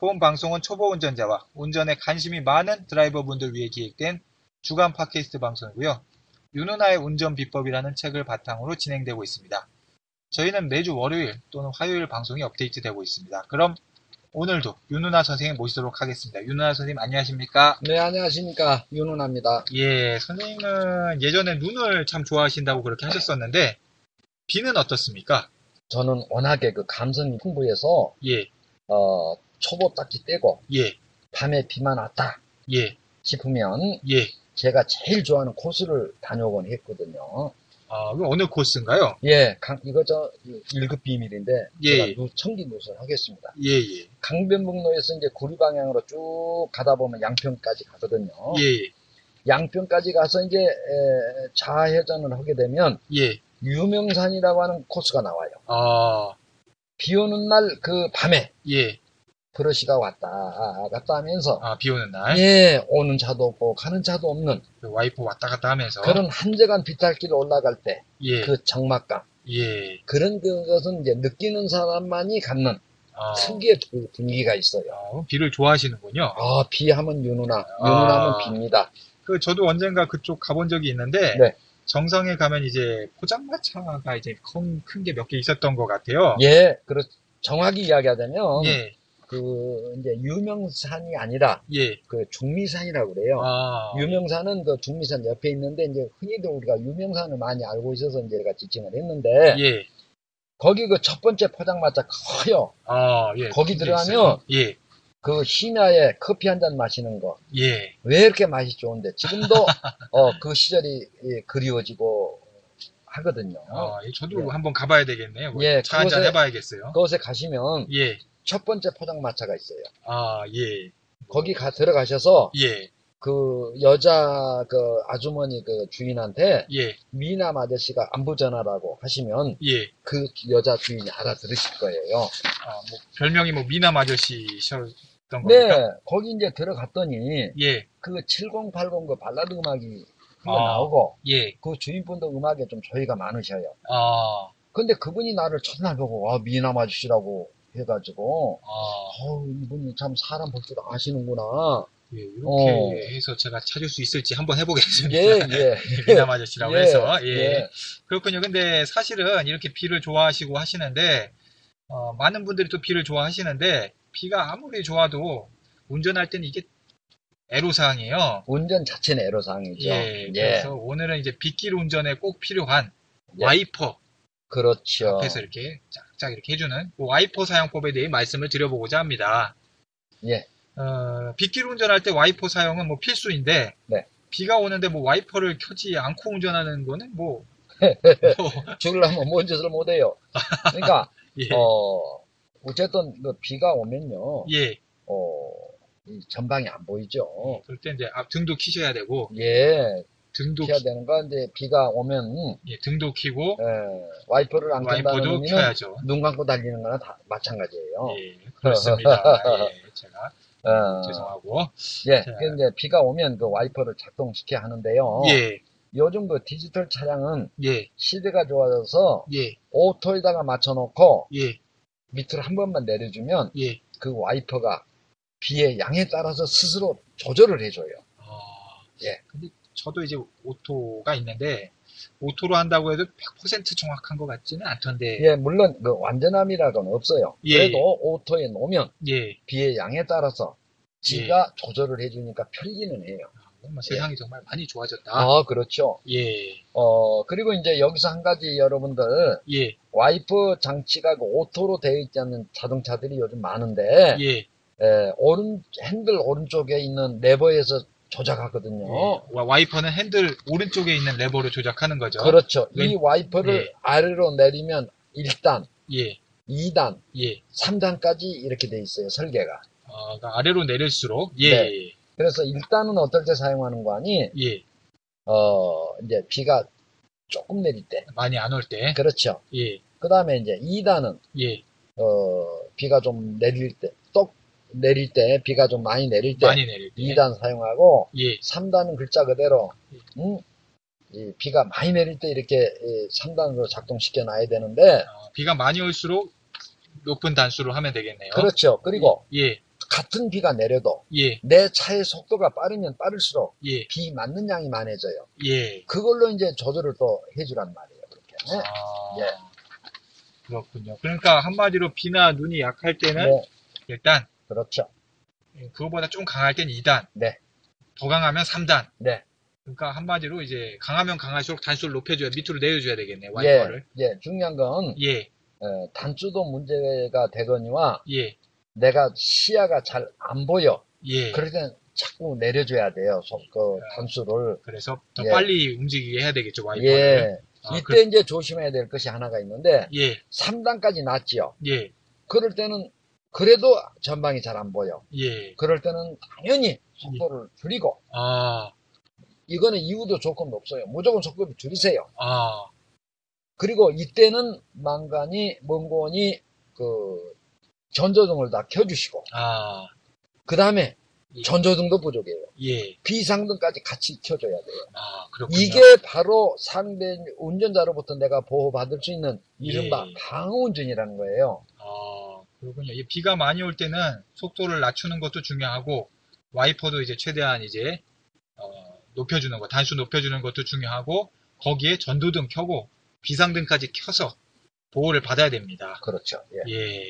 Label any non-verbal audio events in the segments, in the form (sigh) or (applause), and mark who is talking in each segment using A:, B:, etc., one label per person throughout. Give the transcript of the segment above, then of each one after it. A: 본 방송은 초보 운전자와 운전에 관심이 많은 드라이버분들 위해 기획된 주간 팟캐스트 방송이고요. 윤은아의 운전 비법이라는 책을 바탕으로 진행되고 있습니다. 저희는 매주 월요일 또는 화요일 방송이 업데이트되고 있습니다. 그럼 오늘도 윤은아 선생님 모시도록 하겠습니다. 윤은아 선생님 안녕하십니까?
B: 네, 안녕하십니까. 윤은아입니다.
A: 예, 선생님은 예전에 눈을 참 좋아하신다고 그렇게 하셨었는데, 비는 어떻습니까?
B: 저는 워낙에 그 감성이 풍부해서,
A: 예,
B: 어, 초보 딱지 떼고,
A: 예,
B: 밤에 비만 왔다
A: 예,
B: 싶으면,
A: 예.
B: 제가 제일 좋아하는 코스를 다녀오곤 했거든요.
A: 아, 그럼 어느 코스인가요?
B: 예, 강, 이거 저, 그 일급 비밀인데,
A: 예.
B: 제가 누, 청기 누설 하겠습니다.
A: 예, 예,
B: 강변북로에서 이제 구리 방향으로 쭉 가다 보면 양평까지 가거든요.
A: 예,
B: 양평까지 가서 이제, 에, 좌회전을 하게 되면,
A: 예.
B: 유명산이라고 하는 코스가 나와요.
A: 아,
B: 비 오는 날 그 밤에,
A: 예.
B: 브러시가 왔다 아, 갔다 하면서
A: 아, 비 오는 날.
B: 예 오는 차도 없고 가는 차도 없는
A: 그 와이프 왔다 갔다 하면서.
B: 그런 한적한 비탈길 올라갈 때 그
A: 예,
B: 적막감
A: 예.
B: 그런 그것은 이제 느끼는 사람만이 갖는
A: 아,
B: 특유의 그 분위기가 있어요.
A: 아, 그럼 비를 좋아하시는군요.
B: 아 비하면 유누나
A: 어. 아.
B: 유누나면 비입니다.
A: 그, 저도 언젠가 그쪽 가본 적이 있는데,
B: 네.
A: 정상에 가면 이제 포장마차가 이제 큰 게 몇 개 있었던 것 같아요.
B: 예 그렇 정확히 이야기하자면
A: 예,
B: 그 이제 유명산이 아니라
A: 예.
B: 그 중미산이라고 그래요.
A: 아,
B: 유명산은 그 중미산 옆에 있는데 이제 흔히들 우리가 유명산을 많이 알고 있어서 이제 제가 지칭을 했는데
A: 예.
B: 거기 그 첫 번째 포장마차 커요.
A: 아, 예.
B: 거기
A: 그게
B: 들어가면-
A: 있어요. 예,
B: 그 심야에 커피 한 잔 마시는 거.
A: 예,
B: 왜 이렇게 맛이 좋은데 지금도
A: (laughs)
B: 어, 그 시절이 예, 그리워지고 하거든요.
A: 아, 예, 저도
B: 예.
A: 한번 가봐야 되겠네요. 뭐
B: 예,
A: 차 한잔
B: 그것에-
A: 해봐야겠어요.
B: 그곳에 가시면
A: 예,
B: 첫 번째 포장마차가 있어요.
A: 아, 예,
B: 거기 가 들어가셔서
A: 예,
B: 그 여자 그 아주머니 그 주인한테
A: 예,
B: 미남 아저씨가 안부 전화라고 하시면
A: 예.
B: 그 여자 주인이 알아들으실 거예요.
A: 아, 뭐 별명이 뭐 미남 아저씨셨던
B: 네,
A: 겁니까?
B: 거기 이제 들어갔더니
A: 예,
B: 그 7080 그 발라드 음악이 그거
A: 아.
B: 나오고
A: 예,
B: 그 주인분도 음악에 좀 저희가 많으셔요.
A: 아,
B: 근데 그분이 나를 첫날 보고 아 미남 아저씨라고 해가지고
A: 아,
B: 어우 이분이 참 사람 볼 줄 아시는구나.
A: 예, 이렇게
B: 어.
A: 해서 제가 찾을 수 있을지 한번 해보겠습니다.
B: 예예 예.
A: (laughs) 미남 아저씨라고 해서 예.
B: 예.
A: 그렇군요. 근데 사실은 이렇게 비를 좋아하시고 하시는데 어, 많은 분들이 또 비를 좋아하시는데 비가 아무리 좋아도 운전할 때는 이게 애로사항이에요.
B: 운전 자체는 애로사항이죠.
A: 예,
B: 예,
A: 그래서 오늘은 이제 빗길 운전에 꼭 필요한
B: 예.
A: 와이퍼
B: 그렇죠.
A: 앞에서 이렇게 짝짝 이렇게 해주는 그 와이퍼 사용법에 대해 말씀을 드려보고자 합니다.
B: 예.
A: 어, 빗길 운전할 때 와이퍼 사용은 뭐 필수인데
B: 네.
A: 비가 오는데 뭐 와이퍼를 켜지 않고 운전하는 거는 뭐, 뭐, (laughs)
B: 죽으려면 뭔 짓을 못해요. 그러니까
A: 예,
B: 어 어쨌든 그 비가 오면요.
A: 예.
B: 어이 전방이 안 보이죠.
A: 그럴 때 이제 앞 등도 키셔야 되고
B: 예,
A: 등도
B: 피해야
A: 키-
B: 되는 건 이제 비가 오면
A: 예, 등도 키고
B: 예, 와이퍼를 안 끈다는
A: 와이퍼도
B: 의미는
A: 켜야죠.
B: 눈 감고 달리는 거나 다 마찬가지예요.
A: 예,
B: (laughs)
A: 그렇습니다. 예, 제가
B: 어,
A: 죄송하고
B: 예,
A: 자.
B: 근데 이제 비가 오면 그 와이퍼를 작동시켜야 하는데요.
A: 예,
B: 요즘 그 디지털 차량은
A: 예,
B: 시대가 좋아져서
A: 예,
B: 오토에다가 맞춰놓고
A: 예,
B: 밑으로 한 번만 내려주면
A: 예.
B: 그 와이퍼가 비의 양에 따라서 스스로 조절을 해줘요.
A: 아,
B: 예.
A: 근데 저도 이제 오토가 있는데 오토로 한다고 해도 100% 정확한 것 같지는 않던데.
B: 예, 물론 그 완전함이라고는 없어요.
A: 예.
B: 그래도 오토에 놓으면
A: 예.
B: 비의 양에 따라서 지가 조절을 해주니까 편리는 해요.
A: 뭐 세상이 정말 많이 좋아졌다.
B: 아, 그렇죠.
A: 예,
B: 어, 그리고 이제 여기서 한 가지 여러분들,
A: 예,
B: 와이퍼 장치가 그 오토로 되어 있지 않는 자동차들이 요즘 많은데,
A: 예.
B: 예, 오른, 핸들 오른쪽에 있는 레버에서 조작하거든요.
A: 어, 와- 와이퍼는 핸들 오른쪽에 있는 레버로 조작하는 거죠.
B: 그렇죠. 이
A: 왼-
B: 와이퍼를
A: 예.
B: 아래로 내리면 1단,
A: 예,
B: 2단,
A: 예.
B: 3단까지 이렇게 돼 있어요, 설계가.
A: 어, 그러니까 아래로 내릴수록 예,
B: 네. 그래서 1단은 어떨 때 사용하는 거 아니,
A: 예.
B: 어, 이제 비가 조금 내릴 때.
A: 많이 안 올 때.
B: 그렇죠. 네.
A: 예,
B: 그 다음에 이제 2단은,
A: 예.
B: 어, 비가 좀 내릴 때, 똑 내릴 때, 비가 좀 많이 내릴 때,
A: 많이 내릴 때.
B: 2단 사용하고,
A: 예,
B: 3단은 글자 그대로, 음, 이 비가 많이 내릴 때 이렇게 3단으로 작동시켜 놔야 되는데,
A: 어, 비가 많이 올수록 높은 단수로 하면 되겠네요.
B: 그렇죠. 그리고
A: 예,
B: 같은 비가 내려도
A: 예,
B: 내 차의 속도가 빠르면 빠를수록
A: 예,
B: 비 맞는 양이 많아져요.
A: 예.
B: 그걸로 이제 조절을 또 해주란 말이에요. 그렇게. 네.
A: 아,
B: 예.
A: 그렇군요. 그러니까 한마디로 비나 눈이 약할 때는
B: 네,
A: 일단
B: 그렇죠.
A: 그거보다 좀 강할 땐 2단.
B: 네.
A: 더 강하면 3단.
B: 네.
A: 그러니까 한마디로 이제 강하면 강할수록 단수를 높여줘야 밑으로 내려줘야 되겠네
B: 예,
A: 와이퍼를.
B: 예, 중요한 건
A: 예,
B: 어, 단추도 문제가 되거니와
A: 예,
B: 내가 시야가 잘 안 보여.
A: 예.
B: 그럴 땐 자꾸 내려줘야 돼요. 속, 그 단추를.
A: 그래서 더
B: 예.
A: 빨리 움직이게 해야 되겠죠 와이퍼를.
B: 예.
A: 아,
B: 이때
A: 그-
B: 이제 조심해야 될 것이 하나가 있는데
A: 예,
B: 3단까지 났지요.
A: 예,
B: 그럴 때는 그래도 전방이 잘 안 보여.
A: 예.
B: 그럴 때는 당연히 속도를 줄이고
A: 아,
B: 이거는 이유도 조건도 없어요. 무조건 속도를 줄이세요.
A: 아,
B: 그리고 이때는 망간이 멍건이 그 전조등을 다 켜주시고
A: 아,
B: 그 다음에
A: 예.
B: 전조등도 부족해요.
A: 예.
B: 비상등까지 같이 켜줘야 돼요.
A: 아, 그렇군요.
B: 이게 바로 상대 운전자로부터 내가 보호받을 수 있는 이른바
A: 예.
B: 방어운전이라는 거예요.
A: 아, 그렇군요. 이 비가 많이 올 때는 속도를 낮추는 것도 중요하고 와이퍼도 이제 최대한 이제 어, 높여주는 거, 단수 높여주는 것도 중요하고 거기에 전도등 켜고 비상등까지 켜서 보호를 받아야 됩니다.
B: 그렇죠. 예.
A: 예,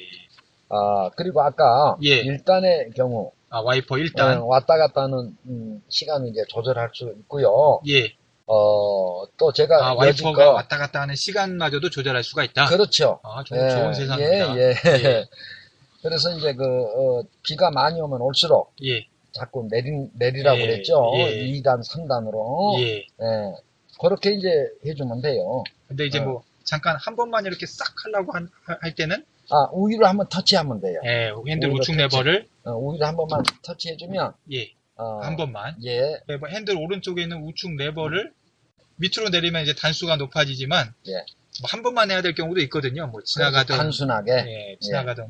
B: 아 그리고 아까
A: 예.
B: 일단의 경우
A: 아 와이퍼 1단,
B: 어, 왔다 갔다 하는 음, 시간을 이제 조절할 수 있고요.
A: 예,
B: 어, 또 제가
A: 아
B: 여지껏
A: 와이퍼가 왔다 갔다 하는 시간마저도 조절할 수가 있다.
B: 그렇죠.
A: 아, 좋은, 좋은 세상입니다.
B: 예, 예.
A: 예.
B: (laughs) 그래서 이제 그 어, 비가 많이 오면 올수록
A: 예,
B: 자꾸 내리 내리라고
A: 예,
B: 그랬죠.
A: 예.
B: 2단, 3단으로.
A: 예.
B: 그렇게 이제 해주면 돼요.
A: 근데 이제
B: 어.
A: 뭐 잠깐 한 번만 이렇게 싹 하려고 한- 할 때는
B: 아, 우위를 한번 터치하면 돼요.
A: 예, 핸들
B: 오히려
A: 우측
B: 터치.
A: 레버를
B: 어, 우위를 한 번만 터치해주면
A: 예,
B: 어,
A: 한 번만
B: 예,
A: 레버, 네, 뭐 핸들 오른쪽에 있는 우측 레버를 밑으로 내리면 이제 단수가 높아지지만
B: 예.
A: 뭐한 번만 해야 될 경우도 있거든요. 뭐 지나가던
B: 단순하게.
A: 예, 지나가던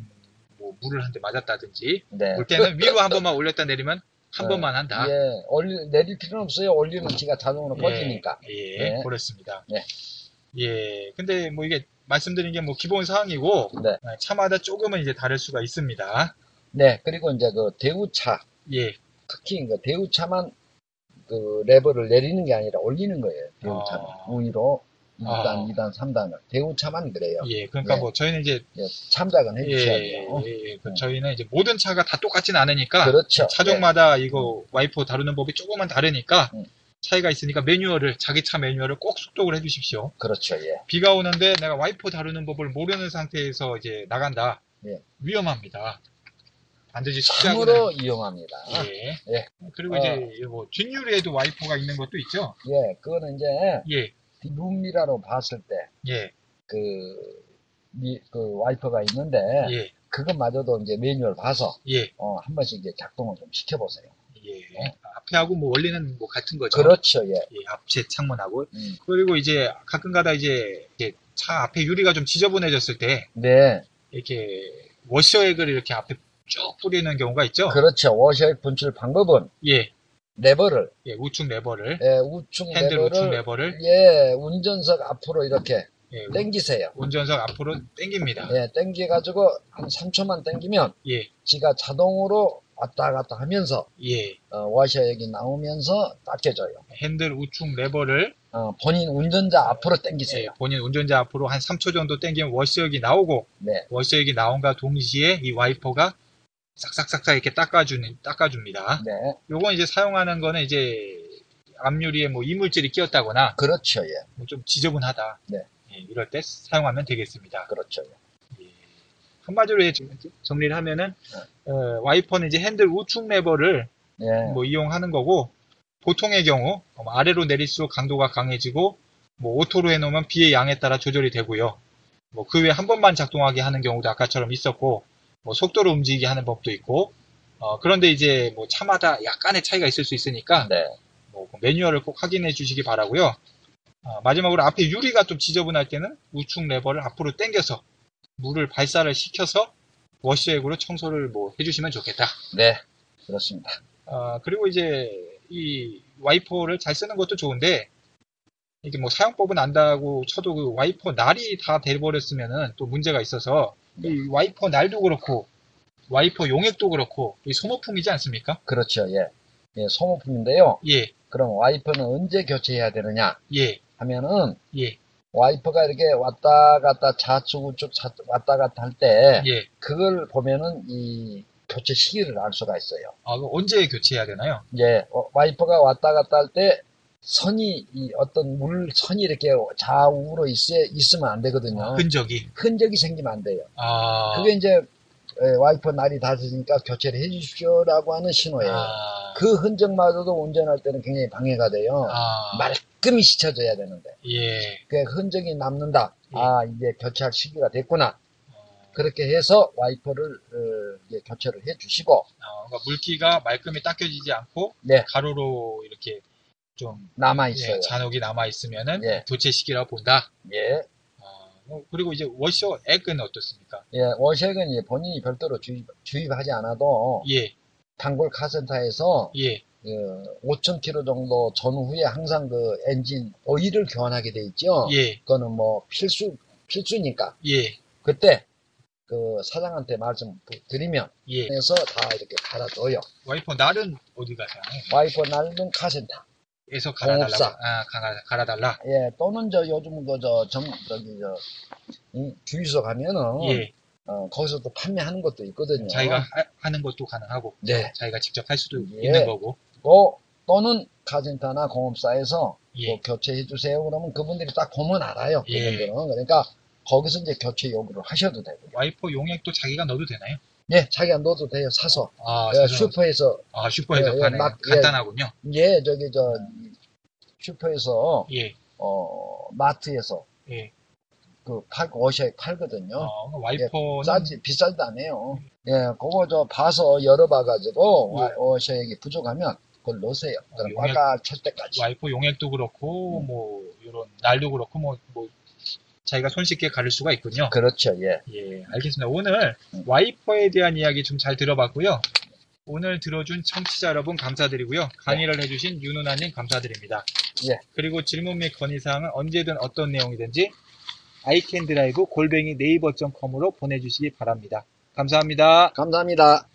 A: 뭐 물을 한 대 맞았다든지
B: 네.
A: 올 때는 위로 한 번만 올렸다 내리면 한
B: 어,
A: 번만 한다.
B: 예, 올릴, 내릴 필요는 없어요. 올리면 지가 자동으로 꺼지니까.
A: 예,
B: 네.
A: 그렇습니다.
B: 네.
A: 예, 근데 뭐 이게 말씀드린 게 뭐 기본 사항이고
B: 네.
A: 아, 차마다 조금은 이제 다를 수가 있습니다.
B: 네, 그리고 이제 그 대우차,
A: 예,
B: 특히 그 대우차만 그 레버를 내리는 게 아니라 올리는 거예요. 대우차는
A: 아.
B: 우위로 1단,
A: 아.
B: 2단, 3단을 대우차만 그래요.
A: 예, 그러니까
B: 네.
A: 뭐 저희는 이제
B: 예, 참작은
A: 예,
B: 해주셔야 돼요.
A: 예, 예, 그 저희는 이제 모든 차가 다 똑같진 않으니까
B: 그렇죠.
A: 차종마다 이거 와이퍼 다루는 법이 조금만 다르니까
B: 음.
A: 차이가 있으니까 매뉴얼을 자기 차 매뉴얼을 꼭 숙독을 해주십시오.
B: 예, 그렇죠. 예.
A: 비가 오는데 내가 와이퍼 다루는 법을 모르는 상태에서 이제 나간다.
B: 예.
A: 위험합니다. 반드시 시작으로
B: 참으로 이용합니다.
A: 예.
B: 예.
A: 그리고
B: 어.
A: 이제 뭐 뒷유리에도 와이퍼가 있는 것도 있죠.
B: 예, 그거는 이제
A: 예,
B: 룸미라로 봤을 때
A: 예,
B: 그, 미- 그 와이퍼가 있는데
A: 예,
B: 그것마저도 이제 매뉴얼 봐서
A: 예,
B: 어, 한 번씩 이제 작동을 좀 시켜보세요.
A: 예. 앞에하고 뭐 원리는 뭐 같은 거죠.
B: 네. 그렇죠. 예.
A: 예, 앞에 창문하고
B: 음.
A: 그리고 이제 가끔가다 이제 이제 차 앞에 유리가 좀 지저분해졌을 때
B: 네.
A: 이렇게 워셔액을 이렇게 앞에 쭉 뿌리는 경우가 있죠.
B: 그렇죠. 워셔액 분출 방법은
A: 예,
B: 레버를
A: 예, 우측 레버를
B: 예, 우측
A: 핸들 우측
B: 레버를
A: 레버를
B: 예, 운전석 앞으로 이렇게
A: 예, 우-
B: 당기세요.
A: 운전석 앞으로 당깁니다.
B: 예, 당겨가지고 한 3초만 당기면
A: 예,
B: 지가 자동으로 왔다 갔다 하면서
A: 예,
B: 어, 워셔액이 나오면서 닦여져요.
A: 핸들 우측 레버를
B: 어, 본인 운전자 앞으로
A: 예,
B: 당기세요.
A: 본인 운전자 앞으로 한 3초 정도 당기면 워셔액이 나오고
B: 네.
A: 워셔액이 나온과 동시에 이 와이퍼가 싹싹싹싹 이렇게 닦아주는, 닦아줍니다.
B: 네.
A: 요건 이제 사용하는 거는 이제 앞유리에 뭐 이물질이 끼었다거나
B: 그렇죠. 예.
A: 뭐좀 지저분하다.
B: 네.
A: 예, 이럴 때 사용하면 되겠습니다.
B: 그렇죠. 예.
A: 예. 한마디로 이제 정리를 하면은
B: 네.
A: 어, 와이퍼는 이제 핸들 우측 레버를
B: 예.
A: 뭐 이용하는 거고 보통의 경우 어, 아래로 내릴수록 강도가 강해지고 뭐 오토로 해놓으면 비의 양에 따라 조절이 되고요. 뭐 그 외에 한 번만 작동하게 하는 경우도 아까처럼 있었고 뭐 속도로 움직이게 하는 법도 있고 어, 그런데 이제 뭐 차마다 약간의 차이가 있을 수 있으니까
B: 네.
A: 뭐그 매뉴얼을 꼭 확인해 주시기 바라고요. 아, 마지막으로 앞에 유리가 좀 지저분할 때는 우측 레버를 앞으로 당겨서 물을 발사를 시켜서 워시액으로 청소를 뭐 해주시면 좋겠다.
B: 네. 그렇습니다.
A: 아, 그리고 이제 이 와이퍼를 잘 쓰는 것도 좋은데 이게 뭐 사용법은 안다고 쳐도 그 와이퍼 날이 다 돼버렸으면은 또 문제가 있어서 이 와이퍼 날도 그렇고 와이퍼 용액도 그렇고 이 소모품이지 않습니까?
B: 그렇죠. 예. 예, 소모품인데요.
A: 예,
B: 그럼 와이퍼는 언제 교체해야 되느냐
A: 예,
B: 하면은
A: 예,
B: 와이퍼가 이렇게 왔다 갔다 좌측 우측 좌- 왔다 갔다 할 때
A: 예.
B: 그걸 보면은 이 교체 시기를 알 수가 있어요.
A: 아, 그럼 언제 교체해야 되나요?
B: 예, 어, 와이퍼가 왔다 갔다 할 때 선이 이 어떤 물 선이 이렇게 좌우로 있, 있으면 안 되거든요.
A: 흔적이.
B: 흔적이 생기면 안 돼요.
A: 아.
B: 어. 그게 이제 예, 와이퍼 날이 닳으니까 교체를 해주십시오라고 하는 신호예요.
A: 아,
B: 그 흔적마저도 운전할 때는 굉장히 방해가 돼요.
A: 아,
B: 말끔히 씻어줘야 되는데
A: 예.
B: 그 흔적이 남는다.
A: 예.
B: 아 이제 교체할 시기가 됐구나.
A: 어,
B: 그렇게 해서 와이퍼를 어, 이제 교체를 해주시고
A: 아, 그러니까 물기가 말끔히 닦여지지 않고
B: 네.
A: 가로로 이렇게 좀
B: 남아
A: 예,
B: 있어요.
A: 잔혹이 남아 있으면은
B: 예.
A: 교체 시기라고 본다.
B: 예,
A: 아, 어, 그리고 이제 워셔 액은 어떻습니까?
B: 예, 워셔액은 이제 본인이 별도로 주입, 주입하지 않아도
A: 예,
B: 단골 카센터에서
A: 예.
B: 5,000km 정도 전후에 항상 그 엔진 오일을 교환하게 돼 있죠.
A: 예,
B: 그거는 뭐 필수 필수니까
A: 예,
B: 그때 그 사장한테 말씀 그- 드리면
A: 예.
B: 해서 다 이렇게 갈아 넣어요.
A: 와이퍼 날은 어디 가서
B: 와이퍼 날는 카센터.
A: 에서 갈아달라.
B: 공업사.
A: 아, 갈아, 갈아달라.
B: 예, 또는 저 요즘 그저점 저기 저 이, 주유소 가면은
A: 예,
B: 어, 거기서도 판매하는 것도 있거든요.
A: 자기가 하, 는 것도 가능하고
B: 네.
A: 자기가 직접 할 수도
B: 예.
A: 있는 거고.
B: 또 또는 카센터나 공업사에서
A: 예,
B: 뭐 교체해 주세요. 그러면 그분들이 딱 보면 알아요.
A: 예.
B: 그분들은 그러니까 거기서 이제 교체 요구를 하셔도 되고요.
A: 와이퍼 용액도 자기가 넣어도 되나요?
B: 예, 자기가 넣어도 돼요. 사서
A: 아,
B: 예,
A: 사서-
B: 슈퍼에서
A: 아, 슈퍼에서
B: 예, 예,
A: 파는
B: 막, 예.
A: 간단하군요.
B: 예 저기 저 슈퍼에서
A: 예,
B: 어 마트에서
A: 예.
B: 그팔 워셔액 팔거든요.
A: 어, 와이퍼는
B: 싸지 비싸지도 않아요. 예, 그거 저 봐서 열어봐가지고
A: 예.
B: 와- 워셔액이 부족하면 그걸 넣으세요. 그럼
A: 용액-
B: 바가 찰 때까지.
A: 와이퍼 용액도 그렇고 뭐 이런 날도 그렇고 뭐, 뭐 자기가 손쉽게 가를 수가 있군요.
B: 그렇죠. 예.
A: 예, 알겠습니다. 오늘
B: 음.
A: 와이퍼에 대한 이야기 좀 잘 들어봤고요. 오늘 들어준 청취자 여러분 감사드리고요. 강의를 해주신 윤은아님 감사드립니다.
B: 예.
A: 그리고 질문 및 건의사항은 언제든 어떤 내용이든지 아이캔드라이브 골뱅이 네이버.com으로 보내주시기 바랍니다. 감사합니다.
B: 감사합니다.